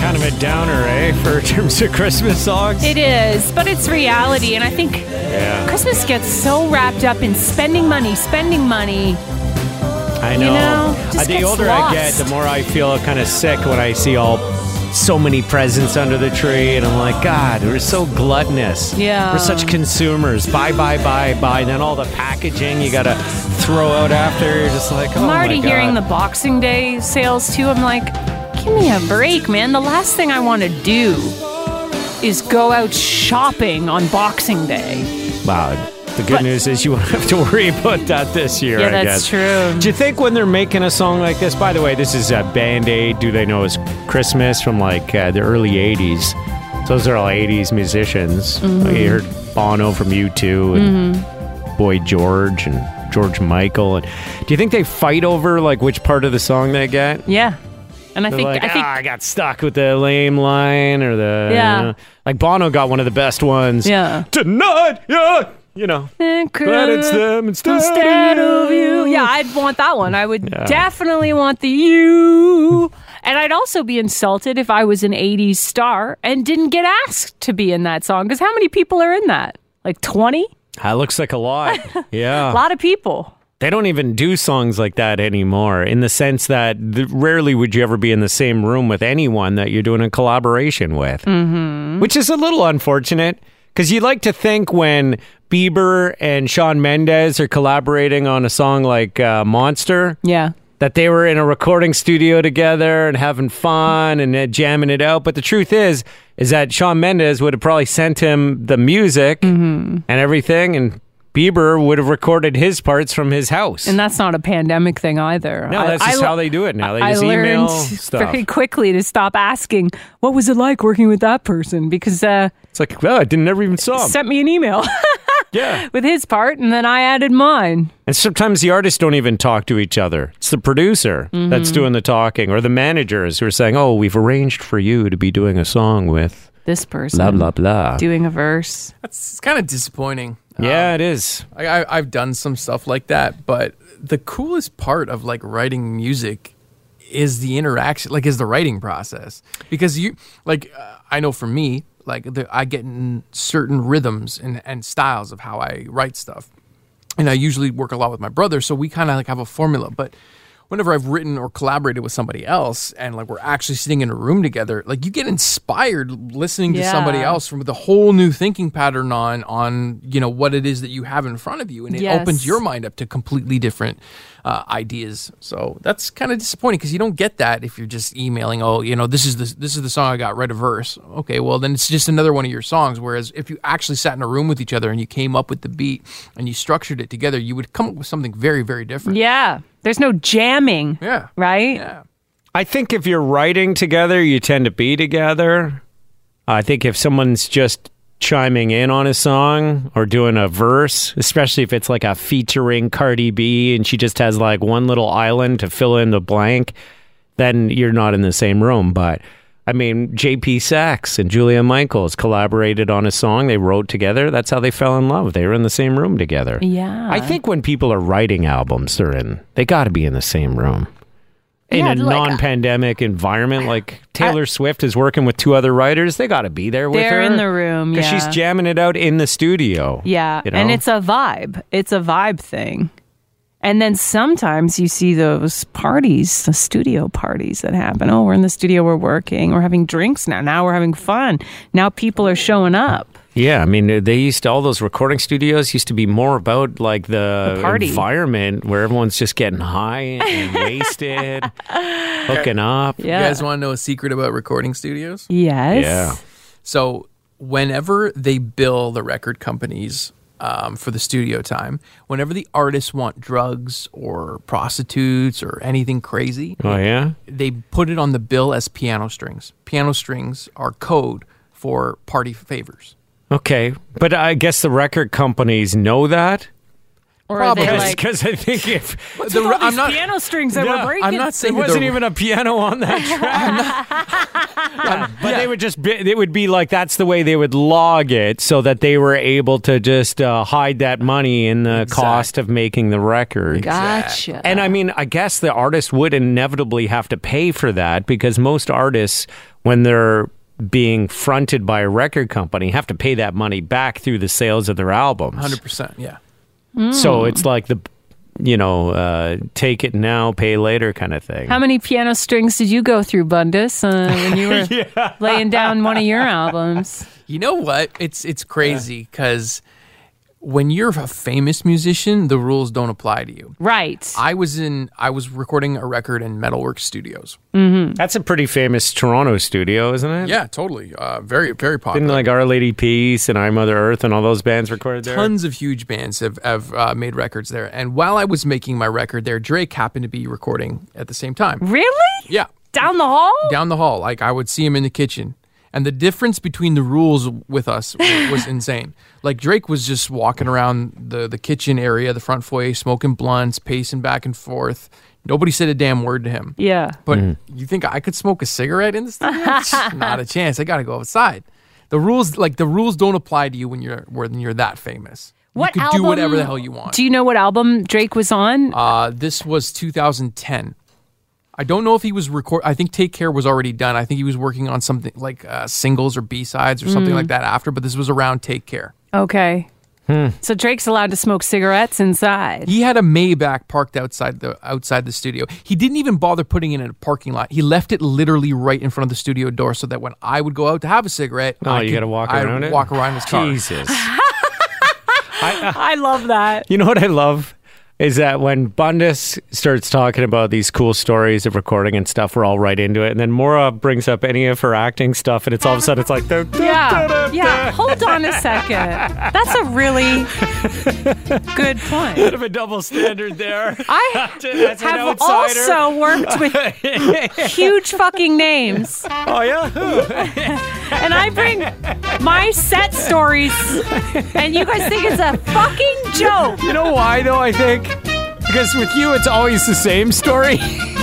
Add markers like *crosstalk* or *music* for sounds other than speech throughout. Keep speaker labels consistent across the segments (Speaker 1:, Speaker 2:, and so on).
Speaker 1: Kind of a downer, eh, *laughs* for in terms of Christmas songs?
Speaker 2: It is, but it's reality. And I think
Speaker 1: yeah.
Speaker 2: Christmas gets so wrapped up in spending money, spending money.
Speaker 1: I
Speaker 2: you
Speaker 1: know.
Speaker 2: know, just
Speaker 1: Uh, the
Speaker 2: gets
Speaker 1: older I get,
Speaker 2: lost.
Speaker 1: the more I feel kind of sick when I see all so many presents under the tree, and I'm like, God, we're so gluttonous.
Speaker 2: Yeah.
Speaker 1: We're such consumers. Buy, buy, buy, buy. Then all the packaging you gotta throw out after. You're just like, oh
Speaker 2: I'm
Speaker 1: my
Speaker 2: already
Speaker 1: God.
Speaker 2: hearing the Boxing Day sales too. I'm like, give me a break, man. The last thing I want to do is go out shopping on Boxing Day.
Speaker 1: Wow. The good
Speaker 2: But-
Speaker 1: news is you won't *laughs* have to worry about that this year.
Speaker 2: Yeah,
Speaker 1: I guess.
Speaker 2: that's true.
Speaker 1: Do you think when they're making a song like this? By the way, this is a Band Aid. Do they know it's Christmas from like uh, the early '80s? So those are all '80s musicians.
Speaker 2: Mm-hmm.
Speaker 1: Like, you heard Bono from U2 and Boy George and George Michael. And do you think they fight over like which part of the song they get?
Speaker 2: Yeah. And I
Speaker 1: They're
Speaker 2: think
Speaker 1: like,
Speaker 2: I think
Speaker 1: "Ah, I got stuck with the lame line or the you
Speaker 2: Yeah.
Speaker 1: know." like Bono got one of the best ones.
Speaker 2: Yeah.
Speaker 1: tonight, yeah, you know. Glad it's them instead,
Speaker 2: instead of you. Yeah, I'd want that one. I would definitely want the you. And I'd also be insulted if I was an 80s star and didn't get asked to be in that song. Because how many people are in that? Like 20?
Speaker 1: That looks like a lot.
Speaker 2: *laughs* A
Speaker 1: Yeah.
Speaker 2: lot of people.
Speaker 1: they don't even do songs like that anymore in the sense that th- rarely would you ever be in the same room with anyone that you're doing a collaboration with, mm-hmm. which is a little unfortunate because you like to think when Bieber and Sean Mendez are collaborating on a song like uh, Monster,
Speaker 2: Yeah.
Speaker 1: that they were in a recording studio together and having fun and uh, jamming it out. But the truth is, is that Sean Mendes would have probably sent him the music
Speaker 2: Mm-hmm.
Speaker 1: and everything, and Bieber would have recorded his parts from his house.
Speaker 2: And that's not a pandemic thing either.
Speaker 1: no, that's just how they do it now. They
Speaker 2: I
Speaker 1: just
Speaker 2: learned
Speaker 1: email stuff.
Speaker 2: very quickly to stop asking, what was it like working with that person? Because uh,
Speaker 1: It's like, oh, I didn't never even saw him.
Speaker 2: sent me an email *laughs*
Speaker 1: yeah.
Speaker 2: with his part and then I added mine.
Speaker 1: And sometimes the artists don't even talk to each other. It's the producer
Speaker 2: Mm-hmm.
Speaker 1: that's doing the talking, or the managers who are saying, "Oh, we've arranged for you to be doing a song with
Speaker 2: This person
Speaker 1: blah blah blah."
Speaker 2: doing a verse.
Speaker 3: That's it's kind of disappointing.
Speaker 1: yeah, it is.
Speaker 3: I, I, I've done some stuff like that, but the coolest part of like writing music is the interaction, like is the writing process. Because you, like, uh, I know for me, like the, I get in certain rhythms and, and styles of how I write stuff, and I usually work a lot with my brother, so we kind of like have a formula, but. Whenever I've written or collaborated with somebody else, and like we're actually sitting in a room together, like you get inspired listening to somebody
Speaker 2: Yeah.
Speaker 3: else else from the whole new thinking pattern on on you know what it is that you have in front of you and it
Speaker 2: Yes.
Speaker 3: opens your mind up to completely different uh, ideas so that's kind of disappointing because you don't get that if you're just emailing oh you know this is the this is the song i got write a verse okay well then it's just another one of your songs whereas if you actually sat in a room with each other and you came up with the beat and you structured it together you would come up with something very very different
Speaker 2: Yeah. There's no jamming.
Speaker 3: Yeah.
Speaker 2: Right?
Speaker 3: yeah
Speaker 1: I think if you're writing together, you tend to be together. I think if someone's just chiming in on a song or doing a verse, especially if it's like a featuring Cardi B and she just has like one little island to fill in the blank, then you're not in the same room. But I mean, JP Sachs and Julia Michaels collaborated on a song they wrote together. That's how they fell in love. They were in the same room together.
Speaker 2: Yeah.
Speaker 1: I think when people are writing albums, they're in, they got to be in the same room. In a
Speaker 2: Yeah, like, uh,
Speaker 1: non pandemic environment, like Taylor Swift is working with two other writers, they got to be there with her.
Speaker 2: They're in the room,
Speaker 1: Because she's
Speaker 2: yeah.
Speaker 1: jamming it out in the studio.
Speaker 2: Yeah.
Speaker 1: You know?
Speaker 2: And it's a vibe. It's a vibe thing. And then sometimes you see those parties, the studio parties that happen. Oh, we're in the studio, we're working, we're having drinks now. Now we're having fun. Now people are showing up.
Speaker 1: Yeah, I mean, they used to, all those recording studios used to be more about like the,
Speaker 2: The party.
Speaker 1: environment where everyone's just getting high
Speaker 2: *laughs*
Speaker 1: and wasted, hooking up.
Speaker 2: Yeah.
Speaker 3: You guys want to know a secret about recording studios?
Speaker 2: yes.
Speaker 1: Yeah.
Speaker 3: So whenever they bill the record companies um, for the studio time, whenever the artists want drugs or prostitutes or anything crazy,
Speaker 1: Oh yeah,
Speaker 3: they put it on the bill as piano strings. Piano strings are code for party favors.
Speaker 1: okay. But I guess the record companies know that
Speaker 2: Or are they
Speaker 3: Probably.
Speaker 1: *laughs*
Speaker 2: like,
Speaker 1: because I think if
Speaker 3: *laughs* The re-
Speaker 2: all these
Speaker 3: I'm not.
Speaker 2: piano strings that
Speaker 1: Yeah,
Speaker 2: we're
Speaker 1: I'm
Speaker 2: breaking.
Speaker 3: I'm not
Speaker 1: there
Speaker 3: saying that
Speaker 1: wasn't
Speaker 3: the-
Speaker 1: even a piano on
Speaker 2: *laughs*
Speaker 1: that track. Yeah, but they would just be, it would be like that's the way they would log it so that they were able to just uh, hide that money in the cost of making the record.
Speaker 2: Gotcha.
Speaker 1: And I mean, I guess the artist would inevitably have to pay for that because most artists, when they're being fronted by a record company, have to pay that money back through the sales of their albums.
Speaker 3: Hundred percent. Yeah.
Speaker 1: So it's like the, you know, uh, take it now, pay later kind of thing.
Speaker 2: How many piano strings did you go through, Bundus, uh, when you
Speaker 1: *laughs*
Speaker 2: were laying down one of your albums?
Speaker 3: You know what? It's it's crazy because when you're a famous musician, the rules don't apply to you.
Speaker 2: Right.
Speaker 3: I was in. I was recording a record in Metalworks Studios.
Speaker 1: That's a pretty famous Toronto studio, isn't
Speaker 2: Hmm.
Speaker 1: it?
Speaker 3: Yeah, totally. Uh, very very
Speaker 1: Didn't
Speaker 3: popular.
Speaker 1: like Our Lady Peace and I Mother Earth and all those bands recorded there.
Speaker 3: Tons of huge bands have, have uh, made records there. And while I was making my record there, Drake happened to be recording at the same time.
Speaker 2: really?
Speaker 3: Yeah.
Speaker 2: Down the hall?
Speaker 3: down the hall. Like I would see him in the kitchen. And the difference between the rules with us wa- was insane. Like Drake was just walking around the, the kitchen area, the front foyer, smoking blunts, pacing back and forth. Nobody said a damn word to him.
Speaker 2: Yeah.
Speaker 3: But
Speaker 2: Mm-hmm.
Speaker 3: you think I could smoke a cigarette in this thing?
Speaker 2: *laughs*
Speaker 3: Not a chance. I gotta go outside. The rules, like the rules, don't apply to you when you're when you're that famous.
Speaker 2: What
Speaker 3: you can
Speaker 2: album?
Speaker 3: do whatever the hell you want.
Speaker 2: Do you know what album Drake was on?
Speaker 3: Uh, this was 2010. I don't know if he was record. I think Take Care was already done. I think he was working on something like uh, singles or B sides or
Speaker 2: Mm.
Speaker 3: something like that after. But this was around Take Care.
Speaker 1: Uh,
Speaker 2: okay.
Speaker 1: hmm.
Speaker 2: So Drake's allowed to smoke cigarettes inside.
Speaker 3: He had a Maybach parked outside the outside the studio. He didn't even bother putting it in a parking lot. He left it literally right in front of the studio door, so that when I would go out to have a cigarette,
Speaker 1: Oh,
Speaker 3: I
Speaker 1: you
Speaker 3: could-
Speaker 1: got to walk
Speaker 3: I'd
Speaker 1: around it.
Speaker 3: Walk around his car.
Speaker 1: Jesus.
Speaker 2: I love that.
Speaker 1: you know what I love is that when Bundes starts talking about these cool stories of recording and stuff, we're all right into it. And then Mora brings up any of her acting stuff, and it's all of a sudden it's like, "Da, da, da, da,
Speaker 2: Yeah.
Speaker 1: da."
Speaker 2: Yeah. Hold on a second. That's a really
Speaker 1: *laughs*
Speaker 2: good
Speaker 1: Bit
Speaker 2: point.
Speaker 1: of a double standard there.
Speaker 2: I
Speaker 1: As an
Speaker 2: have
Speaker 1: outsider.
Speaker 2: also worked with
Speaker 1: *laughs*
Speaker 2: huge fucking names.
Speaker 1: Oh yeah,
Speaker 2: and I bring my set stories, and you guys think it's a fucking joke.
Speaker 1: you know why though? I think because with you, it's always the same story. *laughs*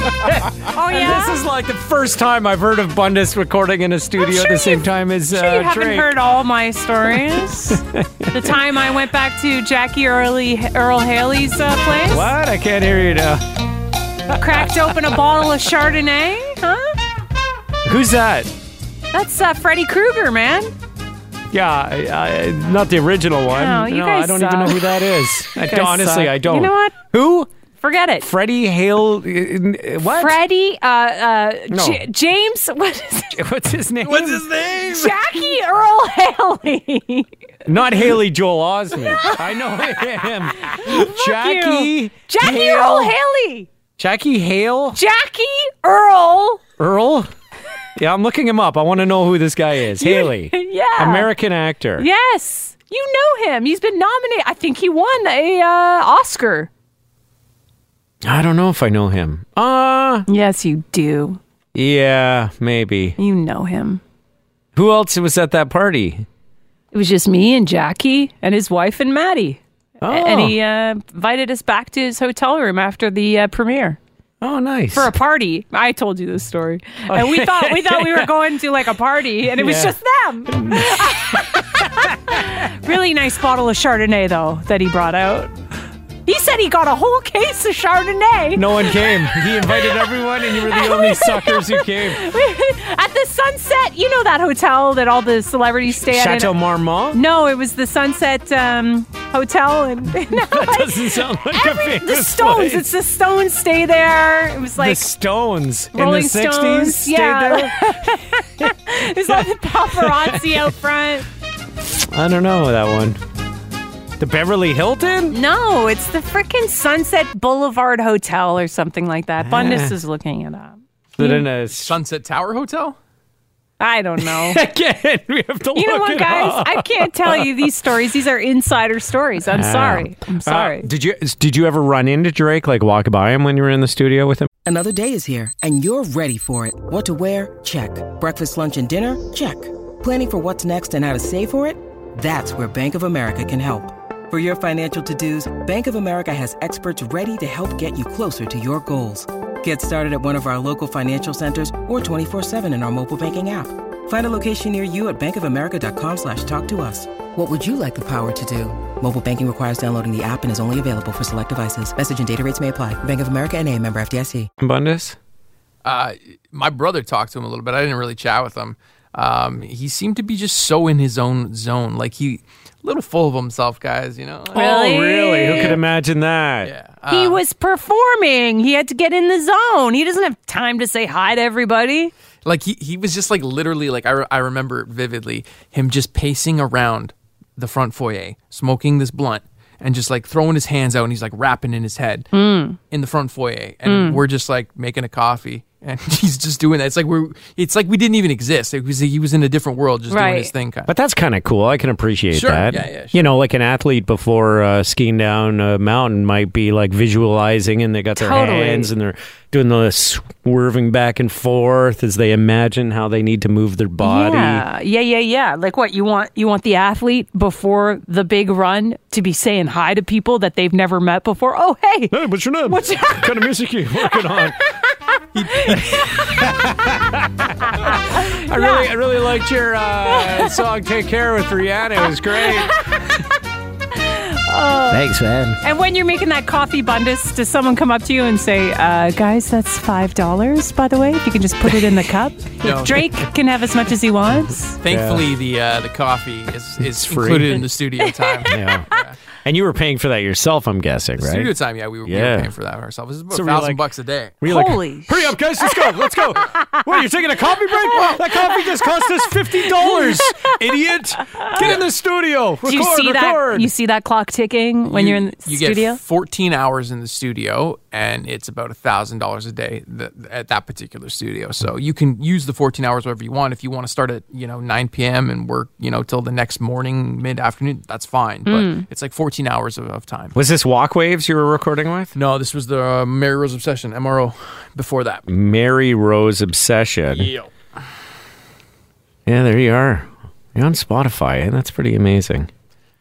Speaker 2: Oh yeah,
Speaker 1: This is like the first time I've heard of Bundes recording in a studio
Speaker 2: sure
Speaker 1: at the same
Speaker 2: you've-
Speaker 1: time as
Speaker 2: Sure, you
Speaker 1: uh,
Speaker 2: haven't
Speaker 1: Drake.
Speaker 2: heard all my stories. the time I went back to Jackie Early, Earl Haley's uh, place,
Speaker 1: What? I can't hear you now.
Speaker 2: cracked open a bottle of Chardonnay, huh?
Speaker 1: Who's that?
Speaker 2: That's uh, Freddy Krueger, man.
Speaker 1: Yeah, I, I, not the original one.
Speaker 2: No, you
Speaker 1: I
Speaker 2: guys
Speaker 1: don't even know
Speaker 2: suck.
Speaker 1: who that is. I,
Speaker 2: guys
Speaker 1: honestly,
Speaker 2: suck.
Speaker 1: I
Speaker 2: *laughs* You
Speaker 1: don't.
Speaker 2: know what?
Speaker 1: Who?
Speaker 2: Forget it.
Speaker 1: Freddie Hale? uh, uh, What?
Speaker 2: Freddie, uh, uh,
Speaker 1: No.
Speaker 2: J- James, what is
Speaker 1: *laughs*
Speaker 2: it?
Speaker 1: What's his name?
Speaker 3: What's his name?
Speaker 2: Jackie Earl Haley.
Speaker 1: Not Haley Joel Osment. I
Speaker 2: *laughs*
Speaker 1: know him. Jackie.
Speaker 2: Jackie
Speaker 1: Hale.
Speaker 2: Earl Haley.
Speaker 1: Jackie Hale
Speaker 2: Jackie Earl.
Speaker 1: Earl. Yeah, I'm looking him up. I want to know who this guy is. Haley,
Speaker 2: *laughs* Yeah.
Speaker 1: American actor.
Speaker 2: Yes. You know him. He's been nominated. I think he won a uh, Oscar.
Speaker 1: I don't know if I know him. Uh
Speaker 2: Yes, you do.
Speaker 1: yeah, maybe.
Speaker 2: You know him.
Speaker 1: Who else was at that party?
Speaker 2: It was just me and Jackie and his wife and Maddie.
Speaker 1: Oh,
Speaker 2: And he uh, invited us back to his hotel room after the uh, premiere
Speaker 1: oh, nice.
Speaker 2: for a party. I told you this story, and we thought we thought we
Speaker 1: *laughs*
Speaker 2: were going to like a party, and it was
Speaker 1: Oh, Yeah.
Speaker 2: just
Speaker 1: *laughs*
Speaker 2: them. really nice bottle of Chardonnay though that he brought out. He said he got a whole case of Chardonnay.
Speaker 1: No one came. He invited everyone, and you were the
Speaker 2: *laughs*
Speaker 1: only suckers who came.
Speaker 2: At the Sunset, you know that hotel that all the celebrities stay at. in-
Speaker 1: Chateau Marmont?
Speaker 2: no, it was the Sunset um, hotel
Speaker 1: *laughs*
Speaker 2: and *laughs*
Speaker 1: That doesn't sound like a
Speaker 2: every,
Speaker 1: famous
Speaker 2: the Stones.
Speaker 1: place.
Speaker 2: It's the Stones stay there. It was
Speaker 1: the
Speaker 2: like
Speaker 1: Stones in the
Speaker 2: Rolling
Speaker 1: 60s
Speaker 2: Stones,
Speaker 1: stayed
Speaker 2: yeah.
Speaker 1: there? *laughs*
Speaker 2: There's all the paparazzi out front.
Speaker 1: I don't know that one. The Beverly Hilton?
Speaker 2: No, it's the freaking Sunset Boulevard Hotel or something like
Speaker 1: Ah.
Speaker 2: that. Bundus is looking it up.
Speaker 1: Is it in a s-
Speaker 3: Sunset Tower Hotel?
Speaker 1: *laughs*
Speaker 2: I don't know.
Speaker 1: Again, we have to
Speaker 2: You know
Speaker 1: look
Speaker 2: what,
Speaker 1: it
Speaker 2: guys?
Speaker 1: up.
Speaker 2: I can't tell you these stories. These are insider stories.
Speaker 1: Ah.
Speaker 2: I'm sorry. I'm sorry.
Speaker 1: Uh, did you did you ever run into Drake? Like walk by him when you were in the studio with him?
Speaker 4: Another day is here, and you're ready for it. What to wear? Check. Breakfast, lunch, and dinner? Check. Planning for what's next and how to save for it? That's where Bank of America can help. For your financial to dos, Bank of America has experts ready to help get you closer to your goals. Get started at one of our local financial centers or 24-7 in our mobile banking app. Find a location near you at bankofamerica.com slash talk to us. What would you like the power to do? Mobile banking requires downloading the app and is only available for select devices. Message and data rates may apply. Bank of America and a member FDIC.
Speaker 1: Bundus?
Speaker 3: Uh, my brother talked to him a little bit. I didn't really chat with him. Um, he seemed to be just so in his own zone. Like he, a little full of himself, guys, you know?
Speaker 2: Really?
Speaker 1: Oh, really? Who could imagine that?
Speaker 3: Yeah.
Speaker 2: he was performing. He had to get in the zone. He doesn't have time to say hi to everybody.
Speaker 3: like he, he was just like literally like I, re- I remember vividly him just pacing around the front foyer smoking this blunt and just like throwing his hands out and he's like rapping in his head
Speaker 1: Hmm.
Speaker 3: in the front foyer and we're just like making a coffee and *laughs* he's just doing that it's like we're it's like we didn't even exist it was he was in a different world just doing his
Speaker 2: Right.
Speaker 3: thing kind of.
Speaker 1: But that's kind of cool. I can appreciate
Speaker 3: Sure.
Speaker 1: that.
Speaker 3: Yeah, yeah, sure.
Speaker 1: You know, like an athlete before uh, skiing down a mountain might be like visualizing and they got their
Speaker 2: Totally.
Speaker 1: hands and they're doing the swerving back and forth as they imagine how they need to move their body.
Speaker 2: Yeah, yeah, yeah, yeah. Like what you want? You want the athlete before the big run to be saying hi to people that they've never met before. Oh, hey,
Speaker 1: Hey, what's your name? What's your- what kind of music you working *laughs* on? I really, I really liked your uh, song "Take Care" with Rihanna. It was great. Thanks, man.
Speaker 2: And when you're making that coffee bundus, does someone come up to you and say, uh, guys, that's $5, by the way, if you can just put it in the cup?
Speaker 3: No.
Speaker 2: Drake can have as much as he wants.
Speaker 3: thankfully the uh, the coffee is, is
Speaker 1: free.
Speaker 3: included in the studio time
Speaker 1: *laughs* Yeah. And you were paying for that yourself, I'm guessing, right?
Speaker 3: studio time yeah we were, we
Speaker 1: Yeah.
Speaker 3: were paying for that ourselves it was about
Speaker 1: So we
Speaker 3: a
Speaker 1: were
Speaker 3: thousand
Speaker 1: like-
Speaker 3: bucks a day
Speaker 1: We're
Speaker 2: Holy
Speaker 1: Hurry up, guys! Let's go! Let's go! Wait, you're taking a coffee break?
Speaker 2: *laughs*
Speaker 1: That coffee just cost us fifty dollars, idiot! Get in the studio. Record,
Speaker 2: Do you see
Speaker 1: record.
Speaker 2: that? You see that clock ticking when you, are in the
Speaker 3: you
Speaker 2: studio?
Speaker 3: get 14 hours in the studio and it's about $1000 a day th- at that particular studio so you can use the 14 hours wherever you want if you want to start at you know 9 p.m and work you know till the next morning mid-afternoon that's fine
Speaker 2: Mm.
Speaker 3: but it's like 14 hours of, of time
Speaker 1: Was this Walk Waves you were recording with?
Speaker 3: no this was the uh, mary rose obsession mro before that
Speaker 1: Mm. Mary Rose Obsession. Yeah, there you are. You're on Spotify, and that's pretty amazing.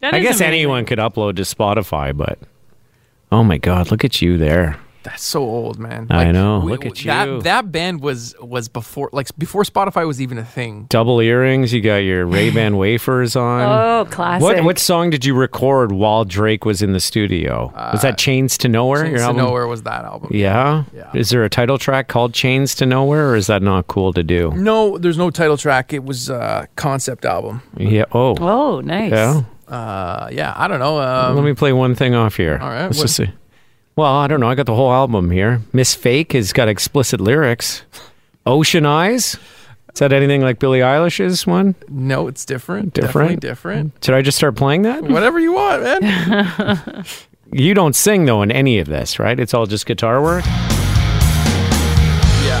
Speaker 2: That
Speaker 1: I
Speaker 2: is
Speaker 1: guess
Speaker 2: amazing.
Speaker 1: anyone could upload to Spotify, but oh my God, look at you there.
Speaker 3: that's so old man
Speaker 1: I know. Look at you.
Speaker 3: that, that band was was before like before spotify was even a thing
Speaker 1: Double earrings, you got your Ray Ban
Speaker 2: *sighs*
Speaker 1: wafers on.
Speaker 2: Oh, classic.
Speaker 1: What what song did you record while Drake was in the studio? was
Speaker 2: Uh,
Speaker 1: that Chains to Nowhere?
Speaker 3: Chains
Speaker 1: your
Speaker 3: to
Speaker 1: album?
Speaker 3: nowhere was that album
Speaker 1: Yeah?
Speaker 3: Yeah.
Speaker 1: Is there a title track called Chains to Nowhere or is that not cool to do?
Speaker 3: no there's no title track it was uh concept album
Speaker 1: Yeah. Oh.
Speaker 2: Oh, nice.
Speaker 1: yeah.
Speaker 3: Uh, yeah, I don't know. Um,
Speaker 1: Let me play one thing off here.
Speaker 3: All right,
Speaker 1: Let's
Speaker 3: what-
Speaker 1: just see. Well, I don't know. I got the whole album here. Miss Fake has got explicit lyrics. Ocean Eyes. Is that anything like Billie Eilish's one?
Speaker 3: no, it's different.
Speaker 1: Different?
Speaker 3: Definitely different.
Speaker 1: Should I just start playing that?
Speaker 3: Whatever you want, man.
Speaker 1: You don't sing though in any of this, right? It's all just guitar work.
Speaker 3: yeah,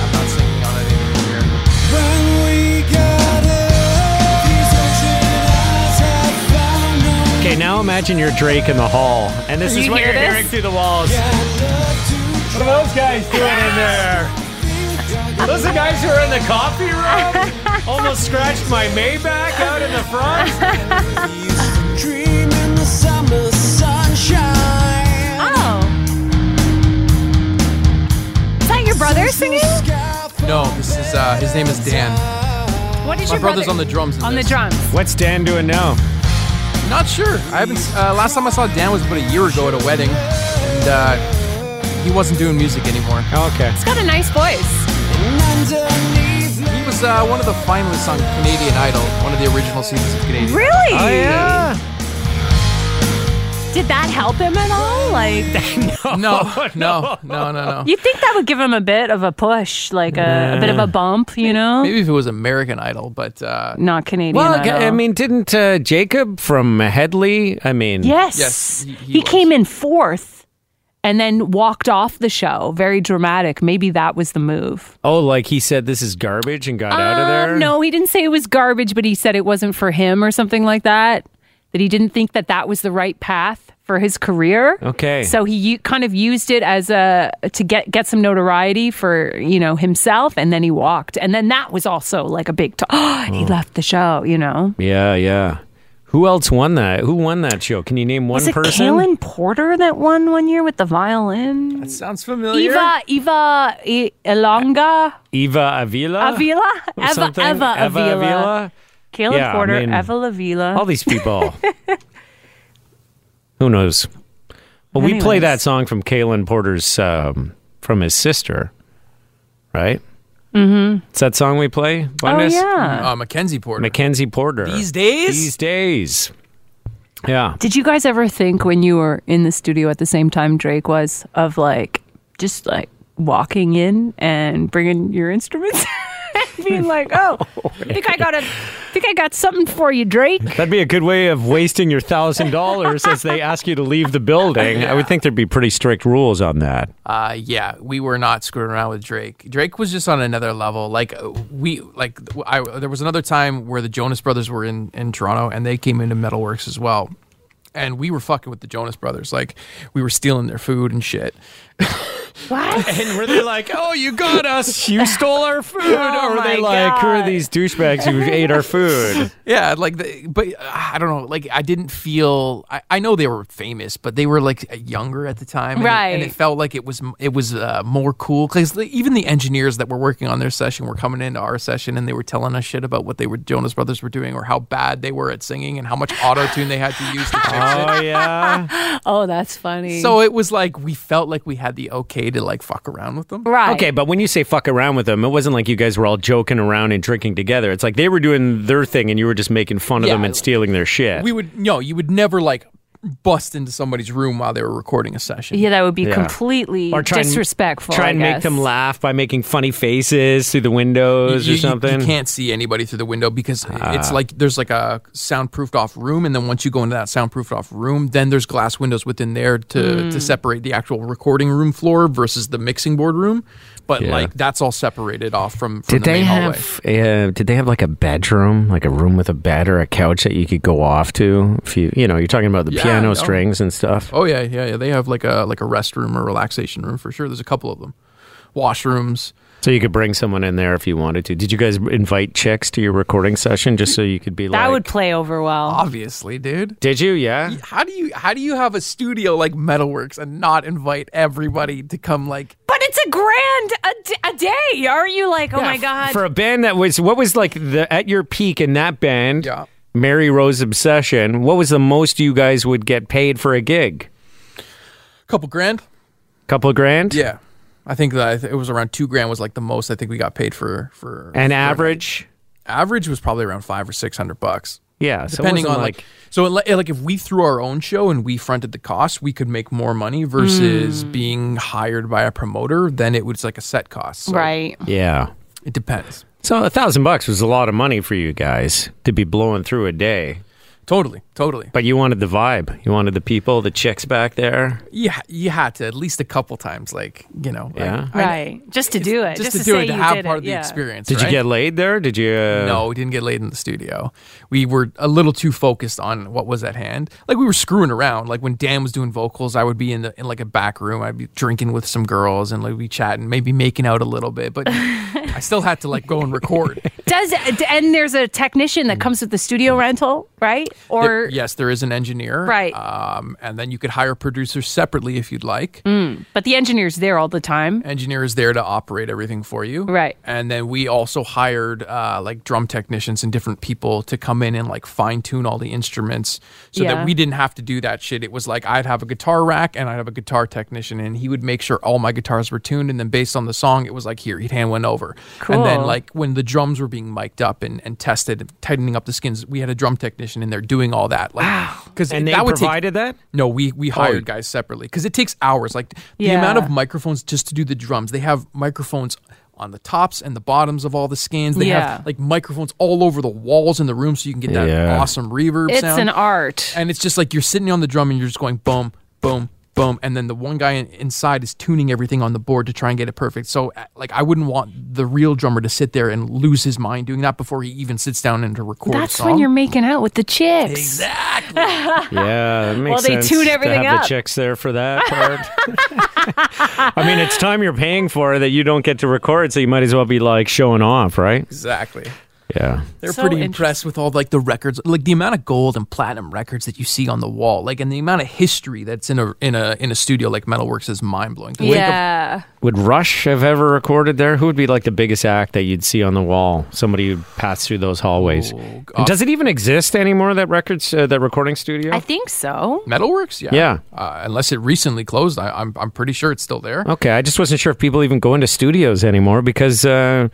Speaker 3: I'm not singing on anything here.
Speaker 1: Okay, now imagine you're Drake in the hall, and this
Speaker 2: You
Speaker 1: is what
Speaker 2: hear
Speaker 1: you're
Speaker 2: this?
Speaker 1: hearing through the walls. What are those guys doing in there? Are those the guys who are in the coffee
Speaker 2: *laughs*
Speaker 1: room? Almost scratched my Maybach out in the front.
Speaker 2: Oh. Is that your brother singing?
Speaker 3: No, this is uh, his name is Dan.
Speaker 2: What is
Speaker 3: My
Speaker 2: your
Speaker 3: brother's
Speaker 2: brother
Speaker 3: on the drums. in
Speaker 2: on the
Speaker 3: this.
Speaker 2: drums?
Speaker 1: What's Dan doing now?
Speaker 3: Not sure. I haven't. s- Uh, last time I saw Dan was about a year ago at a wedding, and uh, he wasn't doing music anymore.
Speaker 1: Oh, Okay.
Speaker 2: He's got a nice voice.
Speaker 3: He was uh, one of the finalists on Canadian Idol, one of the original seasons of Canadian.
Speaker 2: Really?
Speaker 1: Oh yeah.
Speaker 2: Did Did that help him at all? Like,
Speaker 3: No, no, no, no, no.
Speaker 2: you think that would give him a bit of a push, like a, a bit of a bump, you know?
Speaker 3: Maybe if it was American Idol, but uh,
Speaker 2: Not Canadian.
Speaker 1: Well,
Speaker 2: Idol.
Speaker 1: I mean, didn't uh, Jacob from Headley? I mean,
Speaker 2: Yes.
Speaker 3: Yes,
Speaker 2: he
Speaker 3: he- he was.
Speaker 2: came in fourth and then walked off the show. Very dramatic. Maybe that was the move.
Speaker 1: Oh, like he said, this is garbage and got out of
Speaker 2: Uh,
Speaker 1: there.
Speaker 2: No, he didn't say it was garbage, but he said it wasn't for him or something like that. That he didn't think that that was the right path for his career.
Speaker 1: Okay.
Speaker 2: So he u- kind of used it as a to get get some notoriety for, you know, himself and then he walked. And then that was also like a big talk. *gasps*
Speaker 1: Hmm.
Speaker 2: he left the show, you know.
Speaker 1: Yeah, yeah. Who else won that? Who won that show? Can you name one
Speaker 2: Was it
Speaker 1: person?
Speaker 2: Kalen Porter that won one year with the violin?
Speaker 3: that sounds familiar.
Speaker 2: Eva, Eva I- Elonga,
Speaker 1: Eva Avila.
Speaker 2: Avila,
Speaker 1: Or Oh.
Speaker 2: Eva,
Speaker 1: something?
Speaker 2: Eva, Avila, Caleb
Speaker 1: Yeah, I
Speaker 2: Porter,
Speaker 1: mean,
Speaker 2: Eva Avila.
Speaker 1: All these
Speaker 2: *laughs*
Speaker 1: people. Who knows? Well, we play
Speaker 2: Anyways.
Speaker 1: that song from Kalen Porter's um, from his sister, right? Mm-hmm. It's that song we play.
Speaker 2: oh
Speaker 1: Bundes?
Speaker 2: yeah.
Speaker 3: Uh, Mackenzie Porter.
Speaker 1: Mackenzie Porter.
Speaker 3: These days?
Speaker 1: These days. Yeah.
Speaker 2: Did you guys ever think when you were in the studio at the same time Drake was of like just like walking in and bringing your instruments? *laughs* and Being like, oh, I think I got a, I think I got something for you,
Speaker 1: *laughs*
Speaker 2: Drake.
Speaker 1: That'd be a good way of wasting your thousand dollars as they ask you to leave the building. I would think there'd be pretty strict rules on that.
Speaker 3: Uh, yeah, we were not screwing around with Drake. Drake was just on another level. Like uh, we, like I, there was another time where the Jonas Brothers were in in Toronto, and they came into Metalworks as well, and we were fucking with the Jonas Brothers. Like we were stealing their food and shit.
Speaker 2: What?
Speaker 3: And were they like, "Oh, you got us"?
Speaker 1: You stole our food,
Speaker 2: Oh
Speaker 1: or were they
Speaker 2: my
Speaker 1: like, who are
Speaker 2: God.
Speaker 1: these douchebags who ate our food?
Speaker 3: Yeah, like, the, but uh, I don't know. Like, I didn't feel. I, I know they were famous, but they were like uh, younger at the time, and it- and
Speaker 2: Right.
Speaker 3: it felt like it was m- it was uh, more cool because even the engineers that were working on their session were coming into our session and they were telling us shit about what they were Jonas Brothers were doing or how bad they were at singing and how much auto tune they had to use to fix
Speaker 1: Oh yeah,
Speaker 2: Oh, that's funny.
Speaker 3: it. So it was like we felt like we had the okay to like fuck around with them.
Speaker 2: right.
Speaker 1: okay. But when you say fuck around with them, it wasn't like you guys were all joking around and drinking together. It's like they were doing their thing, and you were just making fun of
Speaker 3: Yeah,
Speaker 1: them and
Speaker 3: like,
Speaker 1: stealing their shit.
Speaker 3: We would no, you would never like bust into somebody's room while they were recording a session.
Speaker 2: Yeah, that would be
Speaker 1: Yeah.
Speaker 2: completely
Speaker 1: try and-
Speaker 2: disrespectful.
Speaker 1: Try
Speaker 2: I
Speaker 1: and make
Speaker 2: guess.
Speaker 1: them laugh by making funny faces through the windows
Speaker 3: you,
Speaker 1: or
Speaker 3: you-
Speaker 1: something. Ah.
Speaker 3: You can't see anybody through the window because it's like there's like a soundproofed off room, and then once you go into that soundproofed off room, then there's glass windows within there to
Speaker 1: Hmm.
Speaker 3: to separate the actual recording room floor versus the mixing board room. But
Speaker 1: Yeah.
Speaker 3: like that's all separated off from, from
Speaker 1: Did
Speaker 3: the
Speaker 1: they
Speaker 3: main hallway.
Speaker 1: have? Uh, did they have like a bedroom, like a room with a bed or a couch that you could go off to? If you, you know, you're talking about the
Speaker 3: Yeah,
Speaker 1: piano
Speaker 3: no.
Speaker 1: strings and stuff.
Speaker 3: Oh yeah, yeah, yeah. They have like a like a restroom or relaxation room for sure. There's a couple of them, washrooms.
Speaker 1: So you could bring someone in there if you wanted to. Did you guys invite chicks to your recording session just so you could be like?
Speaker 2: That would play over well.
Speaker 3: Obviously, dude.
Speaker 1: Did you? Yeah.
Speaker 3: How do you how do you have a studio like Metalworks and not invite everybody to come like
Speaker 2: But it's a grand a, d- a day. Aren't you like, oh my god?
Speaker 1: For a band that was what was like the at your peak in that band.
Speaker 3: Yeah.
Speaker 1: Mary Rose Obsession. What was the most you guys would get paid for a gig?
Speaker 3: a couple grand?
Speaker 1: Couple grand.
Speaker 3: Yeah, I think that I th- it was around two grand was like the most I think we got paid for for
Speaker 1: An
Speaker 3: for-
Speaker 1: average.
Speaker 3: average was probably around five or six hundred bucks,
Speaker 1: Yeah. so it
Speaker 3: depending
Speaker 1: wasn't
Speaker 3: on like, so it le- like if we threw our own show and we fronted the cost, we could make more money versus being hired by a promoter. Then it was like a set cost, So
Speaker 2: right.
Speaker 1: yeah.
Speaker 3: It depends
Speaker 1: So a thousand bucks was a lot of money for you guys to be blowing through a day.
Speaker 3: totally, totally.
Speaker 1: But you wanted the vibe. You wanted the people, the chicks back there.
Speaker 3: You ha- you had to at least a couple times, like you know, like,
Speaker 1: Yeah.
Speaker 3: I-
Speaker 2: Right. Just to do it.
Speaker 3: just,
Speaker 2: Just,
Speaker 3: to, do
Speaker 2: say
Speaker 3: it to
Speaker 2: you
Speaker 3: have
Speaker 2: did
Speaker 3: part
Speaker 2: it,
Speaker 3: of the
Speaker 2: yeah.
Speaker 3: experience.
Speaker 1: Did
Speaker 3: right?
Speaker 1: you get laid there? Did you? Uh,
Speaker 3: No, we didn't get laid in the studio. We were a little too focused on what was at hand. Like we were screwing around. Like when Dan was doing vocals, I would be in the in like a back room. I'd be drinking with some girls and like be chatting, maybe making out a little bit. But I still had to like go and record.
Speaker 2: Does d- and there's a technician that comes with the studio rental, right? *laughs* Or
Speaker 3: There- yes, there is an engineer,
Speaker 2: Right.
Speaker 3: Um, and then you could hire producers separately if you'd like.
Speaker 2: but the engineer's there all the time.
Speaker 3: engineer is there to operate everything for you.
Speaker 2: Right.
Speaker 3: And then we also hired uh, like drum technicians and different people to come in and like fine tune all the instruments so
Speaker 2: Yeah.
Speaker 3: that we didn't have to do that shit. It was like I'd have a guitar rack and I'd have a guitar technician and he would make sure all my guitars were tuned. And then based on the song, it was like here, he'd hand one over.
Speaker 2: Cool.
Speaker 3: And then like when the drums were being mic'd up and, and tested, and tightening up the skins, we had a drum technician in there doing all that. Like, Because
Speaker 1: And they
Speaker 3: that would take
Speaker 1: provided
Speaker 3: *laughs*
Speaker 1: that?
Speaker 3: no, we we hired guys separately because it takes hours. Like the
Speaker 2: Yeah.
Speaker 3: amount of microphones just to do the drums. They have microphones on the tops and the bottoms of all the skins. They
Speaker 2: Yeah.
Speaker 3: have like microphones all over the walls in the room, so you can get that
Speaker 1: Yeah.
Speaker 3: awesome reverb
Speaker 2: it's
Speaker 3: sound.
Speaker 2: an art.
Speaker 3: and it's just like you're sitting on the drum and you're just going boom, boom, boom, and then the one guy in, inside is tuning everything on the board to try and get it perfect. So uh, like I wouldn't want the real drummer to sit there and lose his mind doing that before he even sits down and to record. a
Speaker 2: That's
Speaker 3: song.
Speaker 2: when you're making out with the chicks.
Speaker 1: Yeah, that makes
Speaker 2: Well, they
Speaker 1: sense
Speaker 2: tune everything
Speaker 1: to have
Speaker 2: up.
Speaker 1: the chicks there for
Speaker 2: *laughs*
Speaker 1: that part. I mean, it's time you're paying for that you don't get to record, so you might as well be like showing off, right?
Speaker 3: exactly.
Speaker 1: Yeah.
Speaker 3: They're
Speaker 2: So
Speaker 3: pretty
Speaker 2: interest-
Speaker 3: impressed with all like the records, like the amount of gold and platinum records that you see on the wall, like and the amount of history that's in a in a in a studio like Metalworks is mind blowing.
Speaker 2: Yeah.
Speaker 1: Would Rush have ever recorded there? Who would be like the biggest act that you'd see on the wall? Somebody who'd pass through those hallways.
Speaker 3: Oh, God.
Speaker 1: And does it even exist anymore? That records, uh, that recording studio.
Speaker 2: I think so.
Speaker 3: Metalworks, yeah,
Speaker 1: Yeah.
Speaker 3: Uh, unless it recently closed, I, I'm I'm pretty sure it's still there.
Speaker 1: okay, I just wasn't sure if people even go into studios anymore because uh,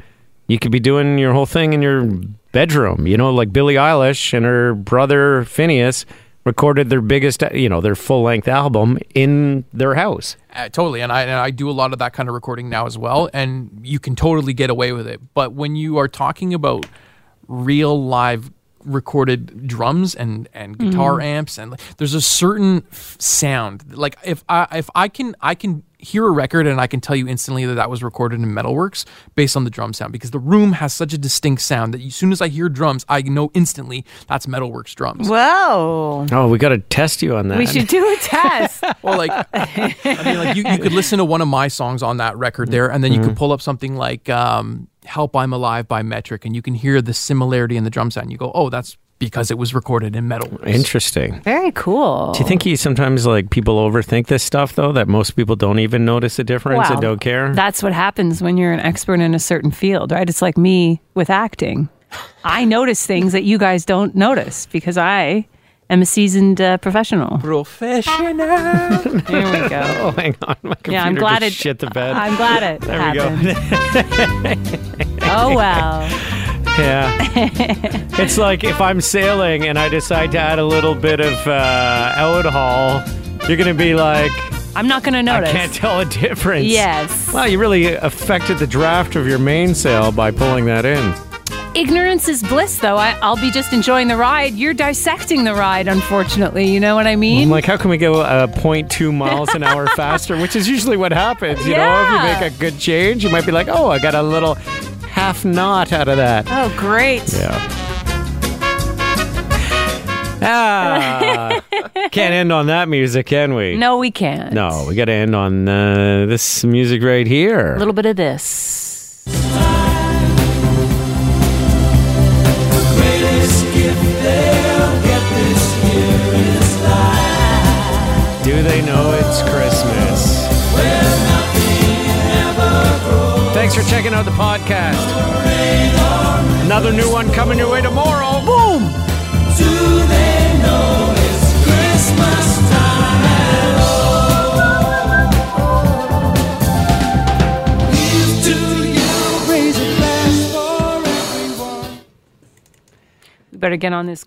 Speaker 1: you could be doing your whole thing in your bedroom. You know, like Billie Eilish and her brother Phineas recorded their biggest, you know, their full length album in their house.
Speaker 3: Uh, totally, and I and I do a lot of that kind of recording now as well, and you can totally get away with it. But when you are talking about real live recorded drums and and guitar amps, and like, there's a certain f- sound. Like if I if I can I can hear a record and I can tell you instantly that that was recorded in Metalworks based on the drum sound because the room has such a distinct sound that as soon as I hear drums, I know instantly that's Metalworks drums.
Speaker 2: Whoa.
Speaker 1: Oh, we got to test you on that.
Speaker 2: We should do a
Speaker 1: *laughs*
Speaker 2: test.
Speaker 3: Well, like, I mean, like you, you could listen to one of my songs on that record there, and then you could pull up something like um, "Help I'm Alive" by Metric, and you can hear the similarity in the drum sound. You go, "Oh, that's because it was recorded in metal."
Speaker 1: Interesting.
Speaker 2: Very cool.
Speaker 1: Do you think you sometimes like people overthink this stuff though that most people don't even notice the difference
Speaker 2: Well,
Speaker 1: and don't care?
Speaker 2: That's what happens when you're an expert in a certain field, right? It's like me with acting. I notice things that you guys don't notice because I am a seasoned uh, professional.
Speaker 3: Professional.
Speaker 2: Here we go.
Speaker 1: *laughs* oh, hang on, my computer
Speaker 2: Yeah, I'm glad
Speaker 1: just
Speaker 2: it.
Speaker 1: shit the bed.
Speaker 2: I'm glad
Speaker 1: *laughs*
Speaker 2: it.
Speaker 1: there we go.
Speaker 2: happened. Oh well.
Speaker 1: Yeah.
Speaker 2: *laughs*
Speaker 1: it's like if I'm sailing and I decide to add a little bit of uh, alcohol, you're going to be like,
Speaker 2: I'm not going to
Speaker 1: I
Speaker 2: notice.
Speaker 1: can't tell a difference.
Speaker 2: Yes.
Speaker 1: Wow, you really affected the draft of your mainsail by pulling that in.
Speaker 2: Ignorance is bliss, though. I, I'll be just enjoying the ride. You're dissecting the ride, unfortunately. You know what I mean?
Speaker 1: I'm like, how can we go uh, 0.2 miles an
Speaker 2: *laughs*
Speaker 1: hour faster? Which is usually what happens. You know,
Speaker 2: Yeah.
Speaker 1: if you make a good change, you might be like, oh, I got a little half knot out of that.
Speaker 2: oh, great.
Speaker 1: Yeah.
Speaker 2: *laughs*
Speaker 1: Ah, can't end on that music, can we?
Speaker 2: No, we can't.
Speaker 1: No, we got to end on uh, this music right here.
Speaker 2: A little bit of this.
Speaker 1: Do they know it's Christmas? Thanks for checking out the podcast. Another new one coming your way tomorrow. Boom!
Speaker 2: We better get on this